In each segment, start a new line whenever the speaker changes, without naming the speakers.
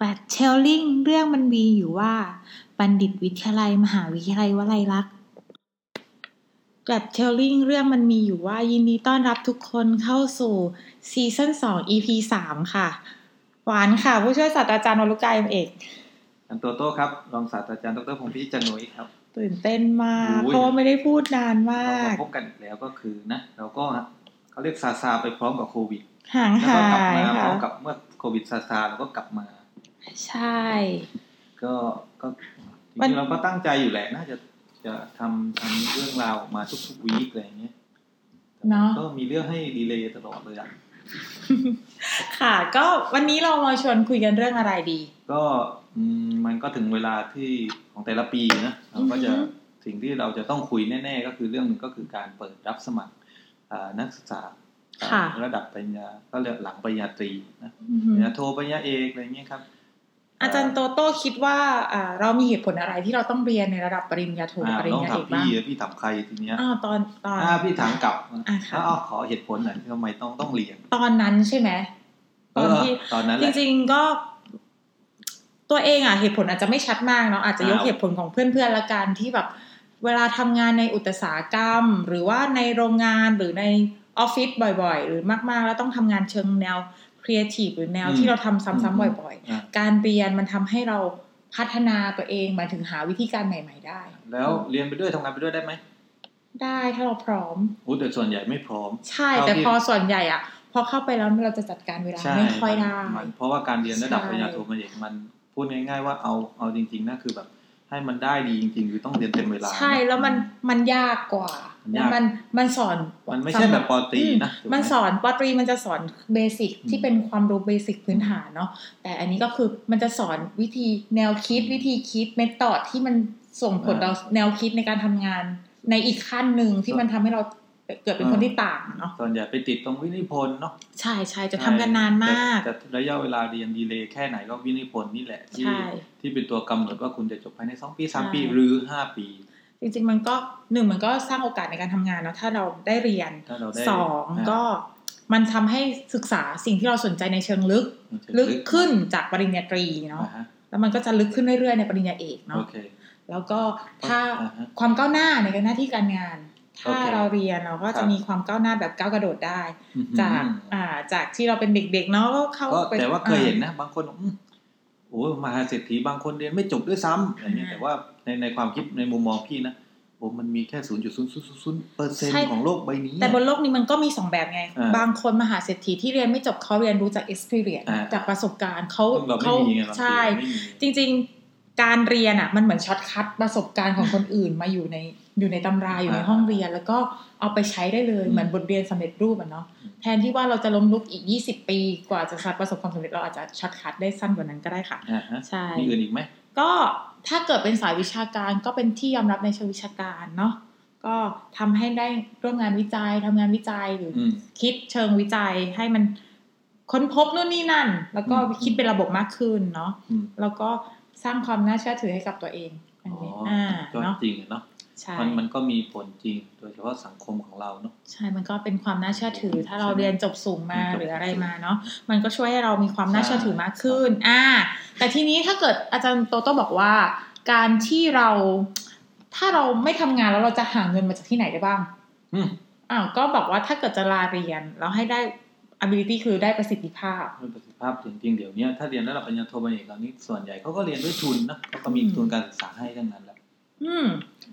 กลัดเชลลิง เรื่องมันมีอยู่ว่า บัณฑิตวิทยาลัย มหาวิทยาลัยวลัยลักษณ์ กลัดเชลลิง เรื่องมันมีอยู่ว่า ยินดีต้อนรับทุกคนเข้าสู่ซีซั่นสอง EP สามค่ะ หวานค่ะ ผู้ช่วยศาสตราจารย์วรุกายเอก
อันโตโต้ครับ รองศาสตราจารย์ดรพงศ์พิจิตรจันโหนุยครับ
ตื่นเต้นมาก
โอ้ย
เพราะว่าไม่ได้พูดนานมา
เรา
ก
พบกันอีกแล้วก็คือนะ เราก็เขาเรียกซาซาไปพร้อมกับโควิด
ห่าง
แล้วก็
หาก
ลับ
ย
มาพ
ค่ะ
ร้อมกับเมื่อโควิดซาซาเราก็กลับมา
ใช่
ก็ก็จ
มัน
ริงๆเราก็ตั้งใจอยู่แหละ น่าจะจะทำทำเรื่องราวออกมาทุกๆวีคอะไรอย่างเงี้ยแต่มั
เนาะ
ก็มีเรื่องให้ดีเลย์ตลอดเลยอ่ะ
ค่ะ ก็วันนี้เรามาชวนคุยกันเรื่องอะไรดี
ก็อืมมันก็ถึงเวลาที่ของแต่ละปีนะเราก็จะ
อือฮึ
สิ่งที่เราจะต้องคุยแน่ ๆ ก็คือเรื่องหนึ่งก็คือการเปิดรับสมัครอ่านักศึกษา
ค่ะ
ระดับปริญญาก็เรียกหลังปริญญาตรีนะ
อือ
ป
หื
ริ
อ
ญญาโทปริญญาเอกอะไรเงี้ยครับ
อาจารย์โตโต้คิดว่าอ่า เรามีเหตุผลอะไรที่เราต้องเรียนในระดับปริญญาโท
อ่า
ปริ
ล
ญ
อง
ญา
ถา
เอ
ม
กบ้าง
พี่อะพี่ถามใครทีเนี้ย
อ้าวตอนตอน
อ่าพี่ถามกลับ
อ่าค่ะ
อ้าวขอเหตุผลหน่อยทำไมต้องต้องเรียน
ตอนนั้นใช่ไหมตอนที่
เตอนนั้นแห
จ
ละ
ริงๆก็ ตัวเองอ่ะเหตุผลอาจจะไม่ชัดมากเนาะอาจจะยก
อ้าว
เหตุผลของเพื่อนๆละกันที่แบบ เวลาทำงานในอุตสาหกรรม หรือว่าในโรงงานหรือในออฟฟิศบ่อยๆ หรือมากๆ แล้วต้องทำงานเชิงแนวครีเอทีฟหรือแนวที่เราทำซ้ำๆบ่อย
อ่า
ๆ การเรียนมันทำให้เราพัฒนาตัวเองหมายถึงหาวิธีการใหม่ ๆ ได้
แล้วเรียนไปด้วยทำงานไปด้วยได้ไหม
ได้ถ้าเราพร้อม
อู้แต่ส่วนใหญ่ไม่พร้อม
ใช่ แต่
เท่า
พอ
ที่
ส่วนใหญ่อ่ะพอเข้าไปแล้วเราจะจัดการเวลา
ใช่
ไม่ค่อย
มัน
ได้
มันเพราะว่าการเรียนระดับ
ใช่
ปริญญาโทปริญญาเอกมันพูดง่ายๆว่าเอาเอาจริงๆนะคือแบบ ให้มันได้ดีจริงๆคือต้องเรียนเต็มเวลา
ใช่
ะ
แล้วมันมันยากกว่า
มันยาก
มันมันสอน
มันไม่ใช่แบบปอตรี
อืม
นะถูกไห
มันสอนปอตรีมันจะสอนเบสิก
อืม
ที่เป็นความรู้เบสิกพื้นฐานเนาะแต่อันนี้ก็คือมันจะสอนวิธีแนวคิดวิธีคิดเมธอดที่มันส่งผล
อ่า
ต่อแนวคิดในการทำงาน ในอีกขั้นหนึ่งที่มันทำให้เราเกิดเป็นคน
อ่า
ที่ต่างเนาะ
ส่วนใหญ่ไปติดตรงวินิพนธ์เนาะ
ใช่ใช่จะทำกันนานมาก
แต่แต่ระยะเวลาเรียนดีเลย์แค่ไหนก็วินิพนธ์นี่แหละที่
ใช่
ที่เป็นตัวกำหนดว่าคุณจะจบภายในสองปีสาม
ใช่
ปีหรือห้าปี
จริง ๆ มันก็หนึ่งมันก็สร้างโอกาสในการทำงานเนาะถ้าเราได้เรียน
ถ้าเราได้
สอง
อ่า
ก็มันทำให้ศึกษาสิ่งที่เราสนใจในเชิงลึก
มันจะ
ลึกขึ้นจากปริญญาตรี
อ่า
เนาะ
ฮะ
แล้วมันก็จะลึกขึ้นเรื่อยๆในปริญญาเอก
โอ
เนาะ
เค
แล้วก็ถ้า
อ่าฮะ
ความก้าวหน้าในการหน้าที่การงาน ถ้า
โอเค
เราเรียนเราก็
ครั
จะ
บ
มีความก้าวหน้าแบบก้าวกระโดดได้ จาก
อืม
อ่าจากที่เราเป็นเด็กๆเนาะก็เข้า
ก็
ไป
แต่ว่าเคยเห็นนะบางคนอืมโอ้ยมหาเศรษฐีบางคนเรียนไม่จบด้วยซ้ำอะไรเงี้ย
อ่า
แต่ว่าในในความคิดในมุมมองพี่นะโอ้มันมีแค่ศูนย์จุดศูนย์ศูนย์ศูนย์เปอร์เซ็น
ใช่
ต์ของโลกใบนี้
แต่บนโลกนี้มันก็มีสองแบบไง
อ่า
บางคนมหาเศรษฐีที่เรียนไม่จบเขาเรียนรู้จาก experience
อ่า
จากประสบการณ์เขา
ซึ่งเราไม่
เขา
มีไงบางที
ใช่
ไม่มี
จริงๆ การเรียนอ่ะมันเหมือนช็อตคัดประสบการณ์ของคนอื่นมาอยู่ในอยู่ในตำราอยู่ใน
อ่า
ห้องเรียน แล้วก็เอาไปใช้ได้เลย
อืม
เหมือนบทเรียนสำเร็จรูปอะเนาะ
อืม
แทนที่ว่าเราจะล้มลุกอีก 20 ปีกว่าจะสำเร็จประสบความสำเร็จเราอาจจะช็อตคัดได้สั้นกว่านั้นก็ได้ค่ะ
อ่าฮะ
ใช่
มีอื่นอีกไหม
ก็ถ้าเกิดเป็นสายวิชาการก็เป็นที่ยอมรับในเชิงวิชาการเนาะก็ทำให้ได้ร่วมงานวิจัยทำงานวิจัยหรืออ
อืม
คิดเชิงวิจัยให้มันค้นพบนู่นนี่นั่น แล้วก็
อืม
คิดเป็นระบบมากขึ้นเนาะ
อืม
แล้วก็สร้างความน่าเชื่อถือให้กับตัวเองอัน
อ๋อ
นี้อ่า
ก็
เนาะ
จริงอะเนาะ
ใช่
มันมันก็มีผลจริง โดยเฉพาะสังคมของเราเนาะ
ใช่มันก็เป็นความน่าเชื่อถือ ถ้าเรา
ใช่ไหม
เรียนจบสูงมา
จบ
หรืออะไรมาเนาะมันก็ช่วยให้เรามีความน่า
ใช่
เชื่อถือมากขึ้นอ่าแต่ทีนี้ถ้าเกิดอาจารย์โตโต้บอกว่า การที่เรา ถ้าเราไม่ทำงานแล้วเราจะหาเงินมาจากที่ไหนได้บ้าง
อืม
อ้าวก็บอกว่าถ้าเกิดจะลาเรียนแล้วให้ได้ ability คือได้ประสิทธิภาพ
ด้วยประสิทธิภาพจริงๆเดี๋ยวเนี้ยถ้าเรียนระดับปริญญาโทปริญญาเอกตอนนี้ส่วนใหญ่เขาก็เรียนด้วยทุนนะเขาก็มี
อืม
ทุนการศึกษาให้ทั้งนั้นแหละ
อืม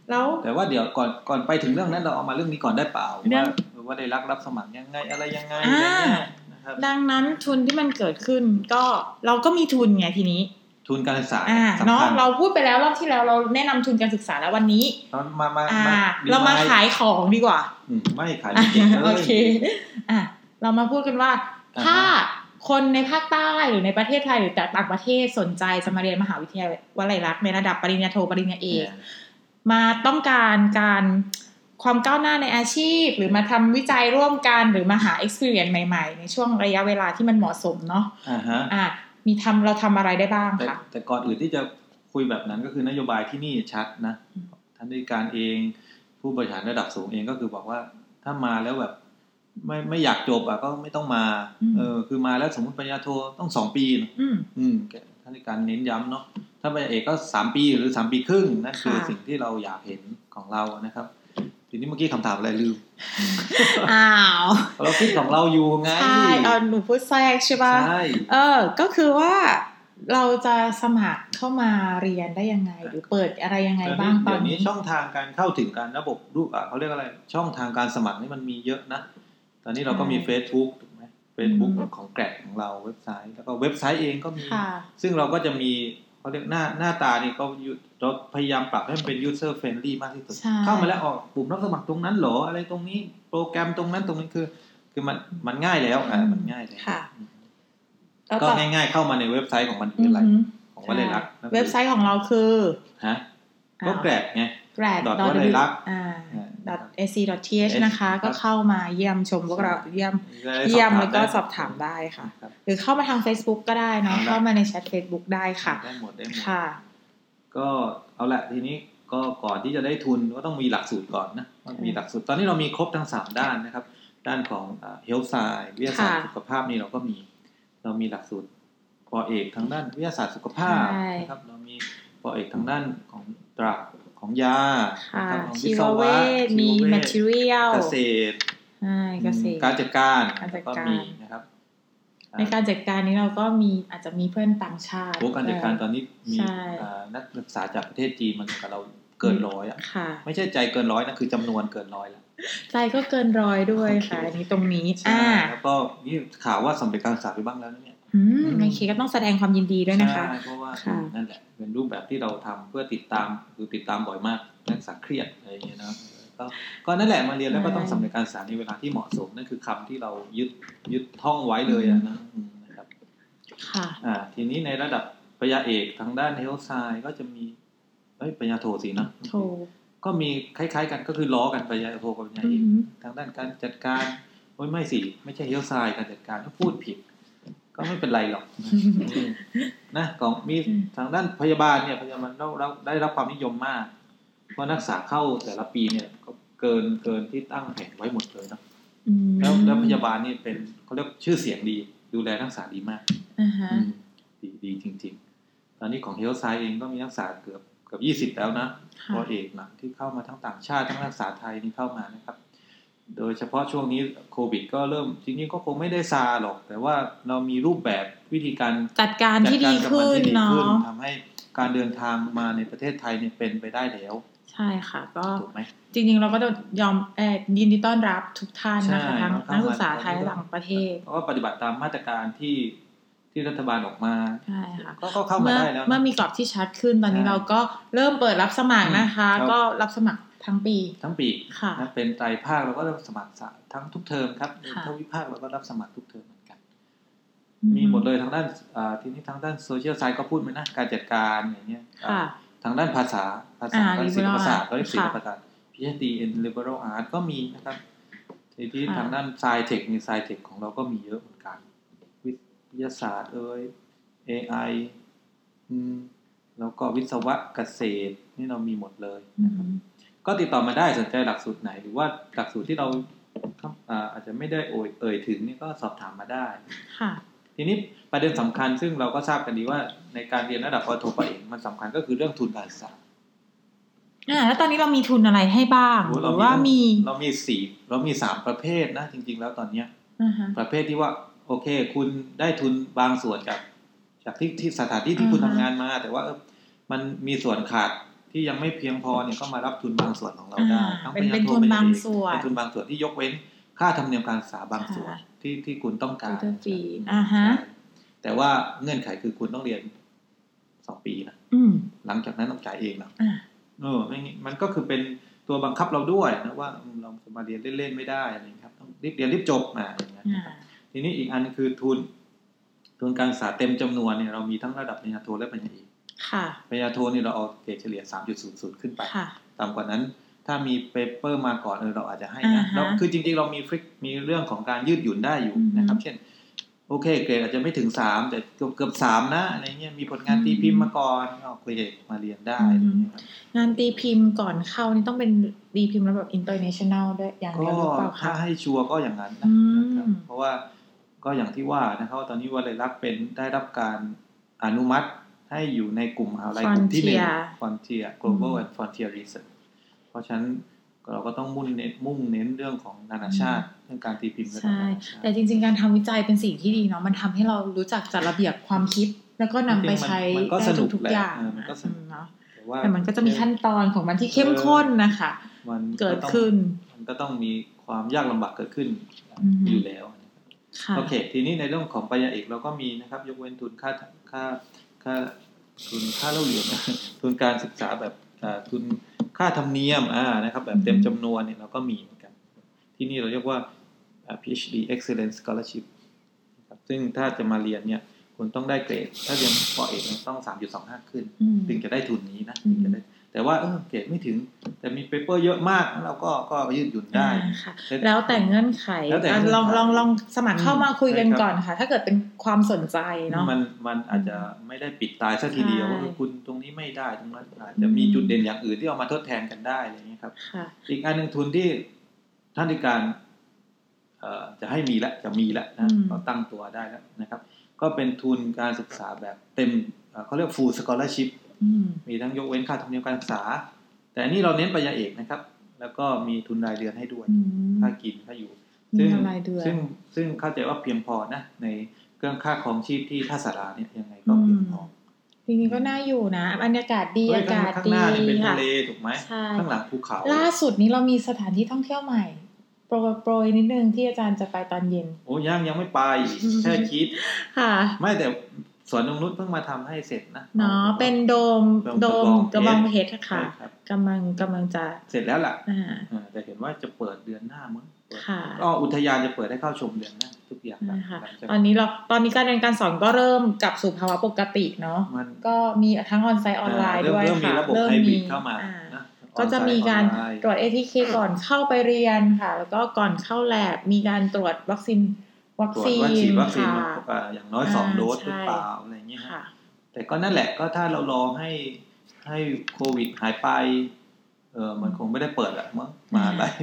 แล้ว
แต่ว่าเดี๋ยวก่อนก่อนไปถึงเรื่องนั้นเราเอามาเรื่องนี้ก่อนได้เปล่า
เรื่
ว่า
อง
ว่าได้รับรับสมัครยังไงอะไรยังไง
อ่า
อะไรเงี้ยนะครับ
ดังนั้นทุนที่มันเกิดขึ้นก็เราก็มีทุนไงทีนี้
ทุนการศึกษา
อ่า
สำ
เนาะ
คัญ
เราพูดไปแล้วรอบที่แล้วเราแนะนำทุนการศึกษาแล้ววันนี้
เรามามา
อ่า
ดี
เรามา
ไห
ขายของดีกว่า
อืมไม่ขาย
อ่ะ
ไม่เก่งเลย
โอเคอ่ะเรามาพูดกันว่า
อ่าฮะ
ถ้าคนในภาคใต้หรือในประเทศไทยหรือต่างประเทศสนใจจะมาเรียนมหาวิทยาลัยรัฐในระดับปริญญาโทปริญญาเอก มาต้องการการความก้าวหน้าในอาชีพ หรือมาทำวิจัยร่วมกันหรือมาหา experience ใหม่ ๆ ในช่วงระยะเวลาที่มันเหมาะสมเนาะ
อ่าฮะ
อ่ะมีทำเราทำอะไรได้บ้าง
แต่
คะ
แต่ก่อนอื่นที่จะคุยแบบนั้นก็คือนโยบายที่นี่ชัดนะท่านในการเองผู้บริหารระดับสูงเองก็คือบอกว่าถ้ามาแล้วแบบ ไม่ไม่อยากจบอ่ะก็ไม่ต้องมา
อืม
เออ คือมาแล้วสมมติปริญญาโทต้องสองปีเนอะ
อืม
อืมแกท่านในการเน้นย้ำเนาะถ้าปริญญาเอกก็สามปีหรือสามปีครึ่งนั่นคือ
ค่ะ
สิ่งที่เราอยากเห็นของเรานะครับทีนี้เมื่อกี้คำถามอะไรลืม
อ้าว
เราคิดของเราอยู่ไง
ใช่เอาหนูพูดแทรกใช่ปะ
ใช่
เออ ก็คือว่าเราจะสมัครเข้ามาเรียนได้ยังไง หรือเปิดอะไรยังไงบ้างต
เดี๋
อย น
วนี้
นี้
ช่องทางการเข้าถึงการระบบรูปอ่ะเขาเรียกอะไร ช่องทางการสมัครนี่มันมีเยอะนะ ตอนนี้เราก็มี Facebook ถูกไหม Facebook ของแกรของเราเว็บไซต์ แล้วก็เว็บไซต์เองก็มี
ค่ะ
ซึ่งเราก็จะมีเขาเรียกหน้าหน้าตานี่ก็อยู่เราพยายามปรับให้มันเป็น user friendly มากที่สุด
ใช่
เข้ามาแล้วออกปุ่มรับสมัครตรงนั้นเหรออะไรตรงนี้โปรแกรมตรงนั้นตรงนี้คือ คือมันมันง่ายแล้วอ่ะมันง่ายแล้ว
ค่ะ
อืม
แล้ว
ก็
ต่อ
ง่ายๆเข้ามาในเว็บไซต์ของมันคื
อื
อ
อ
อะไร
หือ
ของวลัยลักษณ์
เว็บไซต์ของเราคือ
ฮะก็แกรดไง
แกรด
dot วลัยลักษณ์
ac th นะคะ ก็เข้ามาเยี่ยมชมพวกเราเยี่ยม
ได้
เยี่ยม
ถา
แล้วก็
ได้
สอบถามได้ค่ะ
ครับ
หรือเข้ามาทาง Facebook ก็ได้เนาะ
ได้
เข้ามาในแชท Facebook ได้ค่ะ
ได้หมดได้หมด
ค่ะ
ก็เอาละทีนี้ก็ก่อนที่จะได้ทุนก็ต้องมีหลักสูตรก่อนนะว่ามีหลักสูตรตอนนี้เรามีครบทั้งสามด้านนะครับ ด้านของเฮลท์ไซด์วิทยาศาสตร์
ค่ะ
สุขภาพนี่เราก็มี เรามีหลักสูตรปอเอกทางด้านวิทยาศาสตร์สุขภาพ
ใช่
นะครับ เรามีปอเอกทางด้านของตราของยา
ค่ะ
นะครับของ
ชีวเวชมี
ชีวเวช
material
เกษตร
ใช่เกษตร
การจัดการ
การจัดการ
ก็มีนะครับ
ในการจัดการนี้เราก็มีอาจจะมีเพื่อนต่างชาติ
โอ้การจัดการตอนนี้มี
ใช่
อ่านักศึกษาจากประเทศจีนมันกับเราเกินร้อยอ่ะ
ค่ะ
ไม่ใช่ใจเกินร้อยนะคือจำนวนเกินร้อยแล้ว
ใจก็เกินร้อยด้วยค่ะ
โอเค
อันนี้ตรงนี้
ใช่
อ่า
แล้วก็นี่ข่าวว่าสำเร็จการศึกษาไปบ้างแล้วนะเนี่ย
อืมโอเคก็ต้องแสดงความยินดีด้วยนะคะ
ใช่เพราะว่า
ค่ะ
นั่นแหละเป็นรูปแบบที่เราทำเพื่อติดตามคือติดตามบ่อยมากนักศึกษาเครียดอะไรอย่างเงี้ยนะก็ก็นั่นแหละมาเรียนแล้วก็ต้องสำเร็จการศึกษาในเวลาที่เหมาะสมนั่นคือคำที่เรายึดยึดท่องไว้เลยอะนะอืมนะครับ
ค่ะ
อ่าทีนี้ในระดับปริญญาเอกทางด้านเฮลท์ไซก็จะมีเอ้ยปริญญาโทสินะ
โทร
ก็มีคล้ายๆกันก็คือล้อกันปริญญาโทกับปริญญา
อื
เอ
อก หือ
ทางด้านการจัดการโอ้ยไม่สิไม่ใช่เฮลท์ไซการจัดการถ้าพูดผิด ก็ไม่เป็นไร หรอกนะอืมนะของมีทางด้านพยาบาลเนี่ยพยาบาลเราเราได้รับความนิยมมากว่าะนักศึกษาเข้าแต่ละปีเนี่ยก็เกินเกินที่ตั้งแผนไว้หมดเลยเนอะ
อืม
แล้วแล้วพยาบาลนี่เป็นเขาเรียกชื่อเสียงดี ดูแลนักศึกษาดีมาก
อ่าฮะ
อืมดีดีจริง ๆ ตอนนี้ของเฮลไซเองก็มีนักศึกษาเกือบเกือบยี่สิบ20 แล้วนะ
ค่ะ
พอเอกหลังที่เข้ามาทั้งต่างชาติทั้งนักศึกษาไทยนี่เข้ามานะครับ โดยเฉพาะช่วงนี้โควิด ก็เริ่มจริงๆก็คงไม่ได้ซาหรอก แต่ว่าเรามีรูปแบบวิธีการ
จัดการที่ดี
กับมั
ขึ้น
ที่ดี
เนาะ
ขึ้นทำให้การเดินทางมาในประเทศไทยเนี่ยเป็นไปได้แล้ว
ใช่ค่ะ ก็
ถูกไหม
จริงๆ เราก็ยอมเออยินดีต้อนรับทุกท่านนะคะ
ใช่
ทั้ง
ครับ
นักศึกษาไทยและต่างประเทศ
เพราะว่าปฏิบัติตามมาตรการที่ที่รัฐบาลออกมา
ใช่ค่ะ
ก็ก็เข้ามา
เมื่อ
ได้แล้วนะ
เมื่อมีกรอบที่ชัดขึ้นตอนนี้
ใช่
เราก็เริ่มเปิดรับสมัครนะคะ
ครับ
ก็รับสมัครทั้งปี
ทั้งปี
ค่ะ
นะเป็นไตรภาคเราก็รับสมัครสะทั้งทุกเทอมครับ
ค่ะ
ทวิภาคเราก็รับสมัครทุกเทอมเหมือนกัน
อื
มีหมดเลยทางด้านอ่าทีนี้ทางด้านโซเชียลไซด์ก็พูดไปนะการจัดการอย่างเงี้ย
ค่ะ
อ่าทางด้านภาษาภาษา
อ่า
ด้านศิลป
liberal
ศาสตร์ก็เรียกศิลป
ค่ะ
ศาสตร์ PhD in liberal art ก็มีนะครับทีนี้
ค่ะ
ทางด้านไซเทคนี่ไซเทคของเราก็มีเยอะเหมือนกันวิทยาศาสตร์เอ่ย AI อืมแล้วก็วิศวะเกษตรนี่เรามีหมดเลย
อื
นะครับ
ม
ก็ติดต่อมาได้สนใจหลักสูตรไหน หรือว่าหลักสูตรที่เราครับอ่าอาจจะไม่ได้โอยเอ่ยถึงนี่ก็สอบถามมาได้
ค่ะ
ทีนี้ประเด็นสำคัญซึ่งเราก็ทราบกันดีว่าในการเรียนระดับปโทปเอกมันสำคัญก็คือเรื่องทุนการศึกษา
อ่า แล้วตอนนี้เรามีทุนอะไรให้บ้าง
โอ้
ห
เรา
รื
มี
อว่ามี
เรามีสี่เรามีสามประเภทนะ จริง ๆ แล้วตอนเนี้ย
อ่าฮะ
ประเภทที่ว่าโอเค คุณได้ทุนบางส่วนจากจากที่ที่สถานที่ที่คุณ
อ่าฮะ
ทำงานมา แต่ว่าเออมันมีส่วนขาดที่ยังไม่เพียงพอเนี่ยก็มารับทุนบางส่วนของเรา
อ่า
ได้ทั้ง
เป็น
ญญา
เป็น
โท
ทุน
ปริญญา
บาง
เอก
ส่ว
ล
น
งทุนบางส่วนที่ยกเว้นค่าธรรมเนียมการศึกษาบางส่วน
ค่ะ
ที่ที่คุณต้องการ
ทุนฟรี
นะครับ
อ่าฮะ
แต่ว่าเงื่อนไขคือคุณต้องเรียนสองปีนะ
อืม
หลังจากนั้นต้องจ่ายเองนะ
อ่า
เออไม่งี้มันก็คือเป็นตัวบังคับเราด้วยนะว่าอืมเราจะมาเรียนเล่นๆไม่ได้อะไรอย่างเงี้ยครับต้องรีบเรียนรีบจบมาอย่างเงี้ย
อ่า
ทีนี้อีกอันคือทุน ทุนการศึกษาเต็มจำนวนเนี่ยเรามีทั้งระดับปริญญาโทและปริญญาเอก
ค่ะ
ปริญญาโทเนี่ยเราเอาเกรดเฉลี่ย 3.00 ขึ้นไป
ค่ะ
ต่ำกว่านั้นถ้ามีเปเปอร์มาก่อนเออเราอาจจะให้
อ่า
นะ
ฮะ
แล้วคือจริงๆ เรามีฟริกมีเรื่องของการยืดหยุ่นได้อยู่
อือฮึ
นะครับ เช่น โอเค เกรดอาจจะไม่ถึงสามแต่เกือบเกือบสามนะอะไรเงี้ยมีผลงานตีพิมพ์มาก่อนก็เกรดมาเรียนได้อะไรเงี้ยครับ
งานตีพิมพ์ก่อนเข้านี่ต้องเป็นตีพิมพ์ระบบอินเตอร์เนชั่นแนลด้วยอย่างเดียวหรือเป
ก็
ล่า
ถ้า
คะ
ให้ชัวร์ก็อย่างนั้น
อื
นะ
ม
นะครับเพราะว่าก็อย่างที่ว่านะครับว่าตอนนี้วลัยลักษณ์เป็นได้รับการอนุมัติให้อยู่ในกลุ่มมหาอะไรกลุ่มที่หนึ่ง
Frontier
Frontier Global and Frontier Research เพราะฉะนั้นเราก็ต้องมุ่งเน้นมุ่งเน้นเรื่องของนานาชาติเรื่องการตีพิมพ์ระดับ
ใช่
นานาชาติ
แต่จริง ๆ การทำวิจัยเป็นสิ่งที่ดีเนาะมันทำให้เรารู้จักจัดระเบียบความคิด แล้วก็นำไปใช้
จริงๆมันมันก็
ได้
สนุก
ทุกๆ
แหละ
อย่าง
เออมันก็สนุก
เนาะ
แต่ว่า
แต่มันก็จะมีขั้นตอนของมันที่เข้มข้นนะคะ
มัน
เกิด
ต้อง
ขึ้น
มันก็ต้องมีความยากลำบากเกิดขึ้น
อือฮึ
อยู่แล้วนะครับ
ค่ะ
โอเค ทีนี้ในเรื่องของปริญญาเอกเราก็มีนะครับ ยกเว้นทุนค่าค่าค่าทุนค่าเล่าเรียน ทุนการศึกษาแบบอ่าทุนค่าธรรมเนียมอ่านะครับ แบบเต็มจำนวนเนี่ยเราก็มีเหมือนกัน ที่นี่เราเรียกว่าอ่า PhD Excellence Scholarship นะครับซึ่งถ้าจะมาเรียนเนี่ยคุณต้องได้เกรด ถ้าเรียนปอเอกเนี่ยต้อง 3.25 ขึ้น
อืม
ถึงจะได้ทุนนี้นะ
อืม
ถึงจะได้แต่ว่าเออเกรดไม่ถึง แต่มีเปเปอร์เยอะมากแล้วเราก็ก็ยืดหยุ่นได้
อ่าค่ะ แล้วแต่เงื่อนไข
แล้วแต่
อ่ะ
เงื่อนไข
ลองลองลองสมัครเข้ามาคุยกัน
ใช่ครับ
ก่อนค่ะ ถ้าเกิดเป็นความสนใจเนาะ
มันมันอาจจะไม่ได้ปิดตายสักทีเดียว
ใช่
ว่าเออคุณตรงนี้ไม่ได้ตรงนั้นอาจจะมี
อืม
จุดเด่นอย่างอื่นที่เอามาทดแทนกันได้อะไรอย่างเงี้ยครับ
ค่ะ
อีกอันหนึ่งทุนที่ท่านที่การเอ่อจะให้มีและจะมีและนะ
อืม
ก็ตั้งตัวได้แล้วนะครับ ก็เป็นทุนการศึกษาแบบเต็มเอ่อเขาเรียก full scholarship
อืม
มีทั้งยกเว้นค่าธรรมเนียมการศึกษา แต่อันนี้เราเน้นปริญญาเอกนะครับ แล้วก็มีทุนรายเดือนให้ด้วย
อืม
ค่ากินค่าอยู่
มี
ซึ่ง
รายเดือน
ซึ่งซึ่งเข้าใจว่าเพียงพอนะ ในเครื่องค่าของชีพที่ท่าสาราเนี่ยยังไงก็เพียงพอ
อื จริงๆก็น่าอยู่นะบรรยากาศดี
เฮ้ย
อา
ข้าง
กาศ
ข้าง
ดี
หน้าเนี่ยเป็น
ค่ะ
ทะเลถูกไหม
ใช่
ข้างหลังภูเขา
ล่าสุดนี้เรามีสถานที่ท่องเที่ยวใหม่ โปรยโปรยนิดนึงที่อาจารย์จะไปตอนเย็น
โอ้ยังยังไม่ไป แค่คิด
ค่ะ
ไม่แต่สวนนงนุชเพิ่งมาทำให้เสร็จนะ
เนาะเป็นโดม
โด
โด
ม
ม
ก
ก
ระ
ระ
บบอ
อง ง
เพ
เพ
ช
ช
ร
ร
ใช่
ค่ะ
ครับ
กำลังกำลังจะ
เสร็จแล้วล่ะ
อ่า
เออแต่เห็นว่าจะเปิดเดือนหน้ามั้งเปิด
ค่ะ
ก็อุทยานจะเปิดให้เข้าชมเดือนหน้าทุกอย่าง
นะคะ
หลังจาก
ตอนนี้เราตอนนี้การเรียนการสอนก็เริ่มกลับสู่ภาวะปกติเนาะ
มัน
ก็มีทั้งออนไซต์ออนไลน์ด้วย
เริ่ม
ค่ะ
มีระบบไฮบริดเข้ามา
อ่
นะ
ก็จะมีการ
ออนไซต์ออนไลน์
ตรวจ ATK ก่อนเข้าไปเรียนค่ะ แล้วก็ก่อนเข้าแลบมีการตรวจวัคซีนวัค
ตรวจ
ซีน
ว่าฉีดวัคซีน
ค่ะ
เอ่ออย่างน้อยสอง
อ่า
โดส
ใช่
หรือเปล่าอะไรเงี้ยฮะ
ค่ะ
แต่ก็นั่นแหละก็ถ้าเรารอให้ให้โควิดหายไปเออมันคงไม่ได้เปิดละมั้งมหาอะไร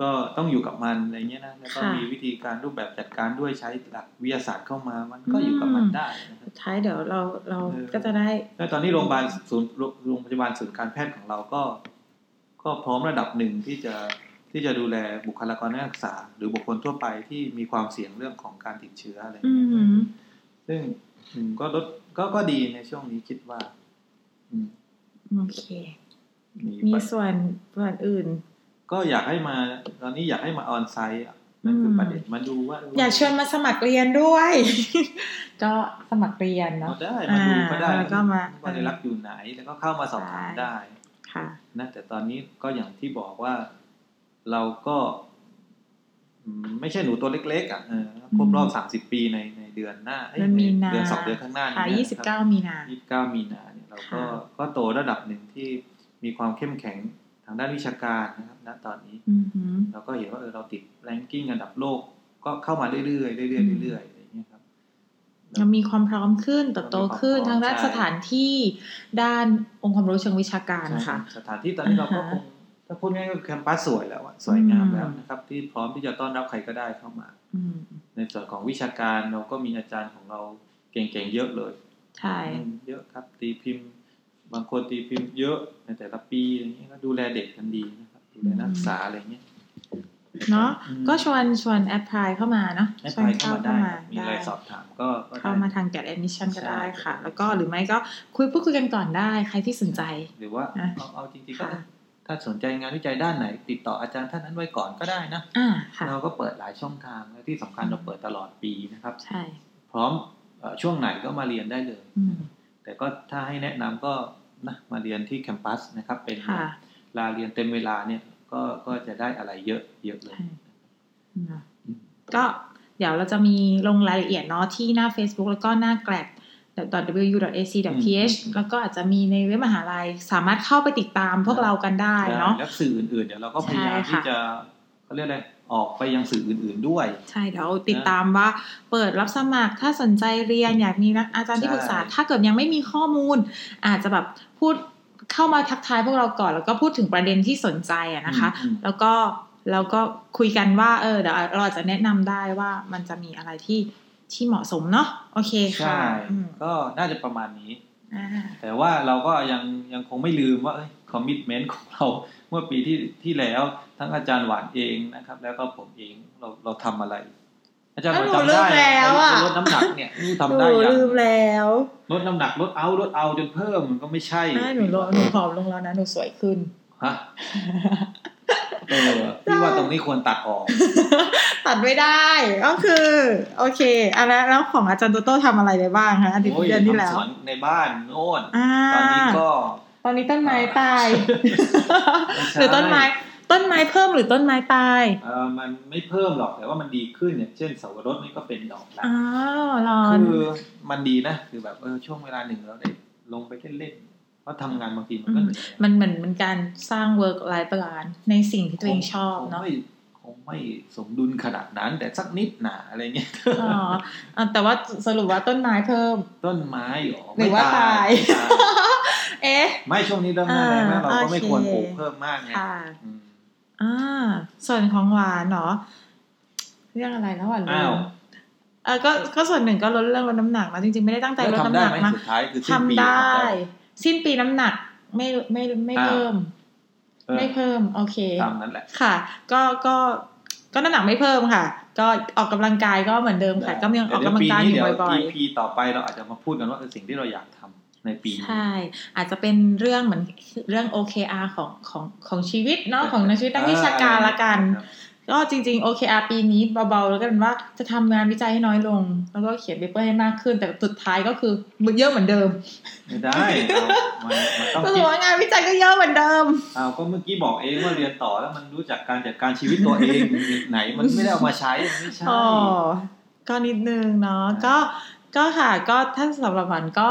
ก็ต้องอยู่กับมันอะไรเงี้ยนะแล้วก็
ค่ะ
มีวิธีการรูปแบบจัดการด้วยใช้หลักวิทยาศาสตร์เข้ามามันก็อยู่กับมันได้นะครับ
สุดท้ายเดี๋ยวเราเรา
เออ
ก็จะได้
แล้วตอนนี้โรงพยาบาลศูนย์โรงพยาบาลศูนย์การแพทย์ของเราก็ ก็พร้อมระดับหนึ่งที่จะที่จะดูแลบุคลากรนักศึกษา หรือบุคคลทั่วไปที่มีความเสี่ยงเรื่องของการติดเชื้ออะไร
อื
เงี้ย
ม
ซึ่งอืมก็ลดก็ก็ดีในช่วงนี้คิดว่า อืม
โอเค
มี
มี
ไป
ส่วนส่วนอื่น
ก็อยากให้มา ตอนนี้อยากให้มาออนไซต์อะนั่นคืออ
ม
ประเด็นมาดูว่า
อยากเชิญมาสมัครเรียนด้วย ก็สมัครเรียน
เอา
เนาะ
ได้มาดูก็ได้
อ่าแล้วก็มา
ว่ได้รักอยู่ไหน แล้วก็เข้ามาสอบถาม
ใช่
ได้
ค่ะ
นะแต่ตอนนี้ก็อย่างที่บอกว่า เราก็อืมไม่ใช่หนูตัวเล็กๆอ่ะเออครบรอบสามสิบปีในในเดือนหน้าเอ้ย
เดือนมีนา
เดือนสองเดือนข้างหน้านี้
ค่ะ
นะ
ยี่สิบ
ครับ
เก้ามีนา
ยี่สิบเก้ามีนาเนี่ยเราก็
ค่ะ
ก็โตระดับหนึ่งที่มีความเข้มแข็งทางด้านวิชาการนะครับณตอนนี้
อือหือ
เราก็เห็นว่าเออเราติดแรงกิ้งอันดับโลกก็เข้ามาเรื่อยๆเรื่อย
อืม
ๆเรื่อยๆอะไรอย่างเงี้ยครับ
เรามีความพร้อมขึ้นเติบโตขึ้น
เรามีความ
ทางด้าน
ใช่
สถานที่ด้านองค์ความรู้เชิงวิชาการค่ะ
สถานที่ตอนนี้เราก็
อ่า
ค
ฮะ
งถ้าพูดง่ายก็แคมปัสสวยแล้วอะสวยงาม
อืม
แล้วนะครับ ที่พร้อมที่จะต้อนรับใครก็ได้เข้ามา
อืม
ในส่วนของวิชาการเราก็มีอาจารย์ของเราเก่งๆเยอะเลย
ใช่
อืมเยอะครับตีพิมพ์ บางคนตีพิมพ์เยอะในแต่ละปีอย่างเงี้ยก็ดูแลเด็กกันดีนะครับดูแลนักศึกษาอะไรเงี้ย
เนาะ
อืม
ก็ชวนชวนแอปพลายเข้ามาเนาะ
ให้
ช
ไป
วน
เข้ามาได้ครับมีอะไร
ได้
สอบถามก็ก็ได้
เข้ามาทางแกดแอดมิชชั่นก็ได้
ใช่
ค่ะ แล้วก็หรือไม่ก็คุยพูดคุยกันก่อนได้ใครที่สนใจ
หรือว่า
นะ
เอาเอาจริงๆก็
ค่ะ
ถ้าสนใจงานวิจัยด้านไหน ติดต่ออาจารย์ท่านนั้นไว้ก่อนก็ได้นะ
อ่าค่ะ
เราก็เปิดหลายช่องทางและที่สำคัญ
อืม
เราเปิดตลอดปีนะครับ
ใช่
พร้อมเอ่อช่วงไหนก็มาเรียนได้เลย
อืม
แต่ก็ถ้าให้แนะนำก็นะมาเรียนที่แคมปัสนะครับเป็น
ค่ะ
ลาเรียนเต็มเวลาเนี่ยก็ก็จะได้อะไรเยอะเยอะเลย
ใช่ ก็เดี๋ยวเราจะมีลงรายละเอียดเนาะที่หน้า Facebook แล้วก็หน้าแกลบ .wu.ac.th
อืม
แล้วก็อาจจะมีในเว็บมหาลัยสามารถเข้าไปติดตามพวกเรากันได้เนาะ
แล้วสื่ออื่นๆเดี๋ยวเราก็พ
ใช่
ยายามที่
ค่ะ
จะเขาเรียกอะไรอ ออกไปยังสื่ออื่น ๆด้วย
ใช่เดี๋ยวติดตามว่า เปิดรับสมัครถ้าสนใจเรียนอยากมีนักอาจารย์ที่ปรึกษา
ใช่
ถ้าเกิดยังไม่มีข้อมูล อาจจะแบบพูดเข้ามาทักทายพวกเราก่อนแล้วก็พูดถึงประเด็นที่สนใจอะนะคะ
อืม
แล้วก็แล้วก็คุยกันว่าเออเดี๋ยวเราอาจจะแนะนำได้ว่ามันจะมีอะไรที่ที่เหมาะสมเนาะโอเคค่ะ
ใช่
อืม
ก็น่าจะประมาณนี้
อ่า
แต่ว่าเราก็ยังยังคงไม่ลืมว่าคอมมิชเมนต์ของเราเมื่อปีที่ที่แล้ว ทั้งอาจารย์หวานเองนะครับ แล้วก็ผมเองเราเราทำอะไร อาจารย์หวานจำได้ลดน้ำหนักเนี่ยรู้ทำได้
หนู
ยัง
ลืมแล้ว
ลดน้ำหนักลดเอาลดเอาจนเพิ่มมันก็ไม่ใช่
อ่าหนูลดหนูผอมลงแล้วนะหนูสวยขึ้น
ฮะเออพี่ว่าตรงนี้ควรตัดออก
ตัดไม่ได้ก็คือ โอเคอันนั้นแล้วของอาจารย์โตโต้ทำอะไรไปบ้างคะอาทิตย์
โอ้ย
เดือนที่แล้ว
ทำสวนในบ้านโน่น
อ่า
ตอนนี้ก็
ตอนนี้ต้นไม้ตาย
ไม่ใช่
หรือต้นไม้ต้นไม้เพิ่มหรือต้นไม้ตาย
เออมันไม่เพิ่มหรอกแต่ว่ามันดีขึ้นอย่างเช่นเสาวรสนี่ก็เป็นดอกละ
อ้าวรอน
คือมันดีนะ คือแบบเออช่วงเวลาหนึ่งเราได้ลงไปเล่นๆเพราะทำงานบางทีมันก็เหนื่อย
มันเหมือนเป็นการสร้าง work life balance ในสิ่งที่ตัวเองชอบ
คง
เนาะ
ไม่คงไม่สมดุลขนาดนั้น แต่สักนิดหนาอะไรเงี้ย
อ๋ออ่ะแต่ว่าสรุปว่าต้นไม้เพิ่ม
ต้นไม้หรอ
หรือว่าตาย
ไม่ตาย
เอ๊ะ
ไม่ช่วงนี้เริ่มหน้าแรงมาก
อ่า
เราก็ไม่
โอเค
ควรปลูกเพิ่มมากไง
ค่ะ
อืม
อ่าส่วนของหวานเนาะเรื่องอะไรแล้วหวานลืม
อ้าว
เออก็ก็ส่วนหนึ่งก็ลดเรื่องลดน้ำหนักนะจริงๆไม่ได้ตั้งใจล
แล้
ด
ว
น้ำ
ทำ
ห
ได้
นัก
ไหม
นะ
สุดท้ายคือสิ้
ทำ
นปี
ได้
ทำได้
สิ้นปีน้ำหนักไม่ไม่ไม่
อ่า
เพิ่ม
เออ
ไม่เพิ่ม โอเค
ตามนั้นแหละ
ค่ะ ก็ก็ก็น้ำหนักไม่เพิ่มค่ะ ก็ออกกำลังกายก็เหมือนเดิมค่ะ ก็ยังออกกำลังกายอยู่บ่อย
เดี๋วปีนี้เดี๋ว EP ต่อไปเราอาจจะมาพูดกันว่าเออสิ่งที่เราอยากทำในปี
ๆ
นี้
ใช่ อาจจะเป็นเรื่องเหมือนเรื่อง OKR ของของของชีวิตเนาะของชีวิตนักวิชาการละกัน ก็จริงๆ OKR ปีนี้เบาๆ แล้วกันว่าจะทำงานวิจัยให้น้อยลง แล้วก็เขียนเปเปอร์ให้มากขึ้น แต่สุดท้ายก็คือเยอะเหมือนเดิม
ไม่ได้เอามันมันต้อง
ก็
คิ
ถื
ด
อว่างานวิจัยก็เยอะเหมือนเดิม
เอาก็เมื่อกี้บอกเองว่าเรียนต่อแล้วมันรู้จักการจัดการชีวิตตัวเองไหนมันไม่ได้เอามาใช้มันไม่ใช่
อ๋อ ก็นิดนึงเนาะ ก็ ก็ค่ะ ก็ถ้าสำหรับหวันก็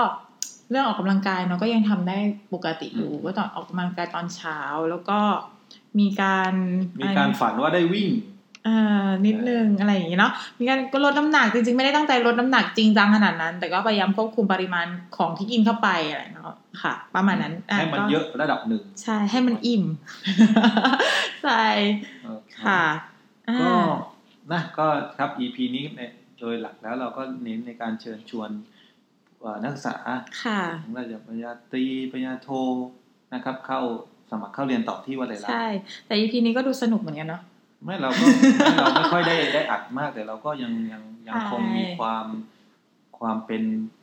เรื่องออกกำลังกายเนาะก็ยังทำได้ปกติอยู่
อืม
ก็ตอนออกกำลังกายตอนเช้า แล้วก็มีการ
มีการฝันว่าได้วิ่ง
เอ่อนิดนึงอะไรอย่างงี้เนาะ มีการก็ลดน้ำหนักจริงๆ ไม่ได้ตั้งใจลดน้ำหนักจริงจังขนาดนั้น แต่ก็พยายามควบคุมปริมาณของที่กินเข้าไปอะไรเนาะ ค่ะ ประมาณนั้น
ให้มัน
ก็
เยอะระดับหนึ่ง
ใช่ ให้มันอิ่ม ใช่
เออ
ค่ะอ่า
ก็นะก็ครับ EP นี้เนี่ยโดยหลักแล้วเราก็เน้นในการเชิญชวนเอ่อนักศึกษา
ค่ะ
ของเราจะปริญญาตรีปริญญาโทนะครับ เข้าสมัครเข้าเรียนต่อที่วัดไรลักษ
ใช่
ณ์
แต่ EP นี้ก็ดูสนุกเหมือนกันเนาะ
ไม่เรา ก็ ไม่เราไม่ค่อยได้ได้อัดมาก แต่เราก็ยังยังยังคง
ใช่
มีความความเป็น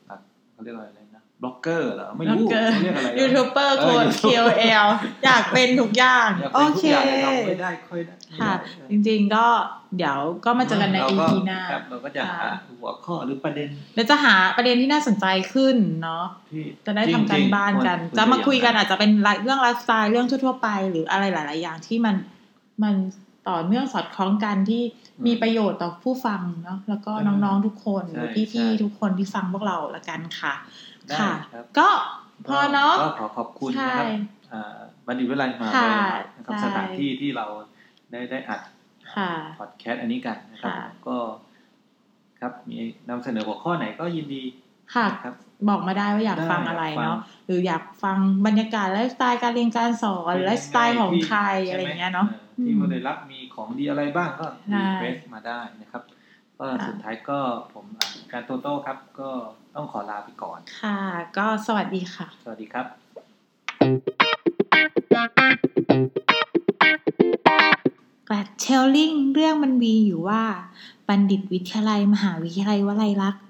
อ่ะเขาเรียกอะไรนะบล็อกเกอร์เหรอไม่
บล็
รู้
อกเกอร์
เขาเรียกอะไรนะ
ยูทูบเบอร์
เออ
โคน
YouTuber
KOL อยากเป็นทุกอย่าง
อยาก
โอ
เป็นทุ
เค
กอย่างแต่เราไม่ได้ค่อยได้ไม่ได้
ค่ะ จริงๆก็เดี๋ยวก็มาเจอกันใน
เรา
EP
ก็
หน้า
ครับเราก็จะหา
ค่ะ
หัวข้อหรือประเด็น
เดี๋ยวจะหาประเด็นที่น่าสนใจขึ้นเนาะ
ที่
จะได้ทำการบ้านกัน
ริงๆ
จะมาคุยกัน
ร
อาจจะเป็นเรื่องไลฟ์สไตล์เรื่องทั่วๆไป หรืออะไรหลาย ๆ อย่างที่มันมันต่อเนื่องสอดคล้องกันที่มีประโยชน์ต่อผู้ฟังเนาะ แล้วก็น้องๆทุกคนหรือพี่ๆทุกคนที่ฟังพวกเราละกันค่ะ
ได้
ค่ะ
ครับ
ก็พอเนาะ
ก็ขอขอบคุณ
ใช่
นะครับ อ่าบัณฑิตวิไลมา
ค่ะ
เลยนะครับ
ใช่
สถานที่ที่เราได้ได้อัด
ค่ะ
พอดแคสต์อันนี้กันนะครับ
ค่ะ
ก็ครับมีนำเสนอหัวข้อไหนก็ยินดี
ค่ะ
นะครับ
บอกมาได้ว่าอยากฟังอะไรเนาะ หรืออยากฟังบรรยากาศไลฟ์สไตล์การเรียนการสอน
เป็นยังง
ไลฟ์สไตล์ของ
ที่
ใคร
ใช่หม
อะไรอย่างเงี้ยเนาะ
ออที่มาเลยรักมีของดีอะไรบ้างก็
ใช่
รีเควสมาได้นะครับ ก็
ค่ะ
สุดท้ายก็ผมอ่ะการโตโต้ครับ ก็ต้องขอลาไปก่อน
ค่ะ ก็สวัสดีค่ะ
สวัสดีครับ
แกลดเชลลิงเรื่องมันมีอยู่ว่า บัณฑิตวิทยาลัย มหาวิทยาลัยวลัยลักษณ์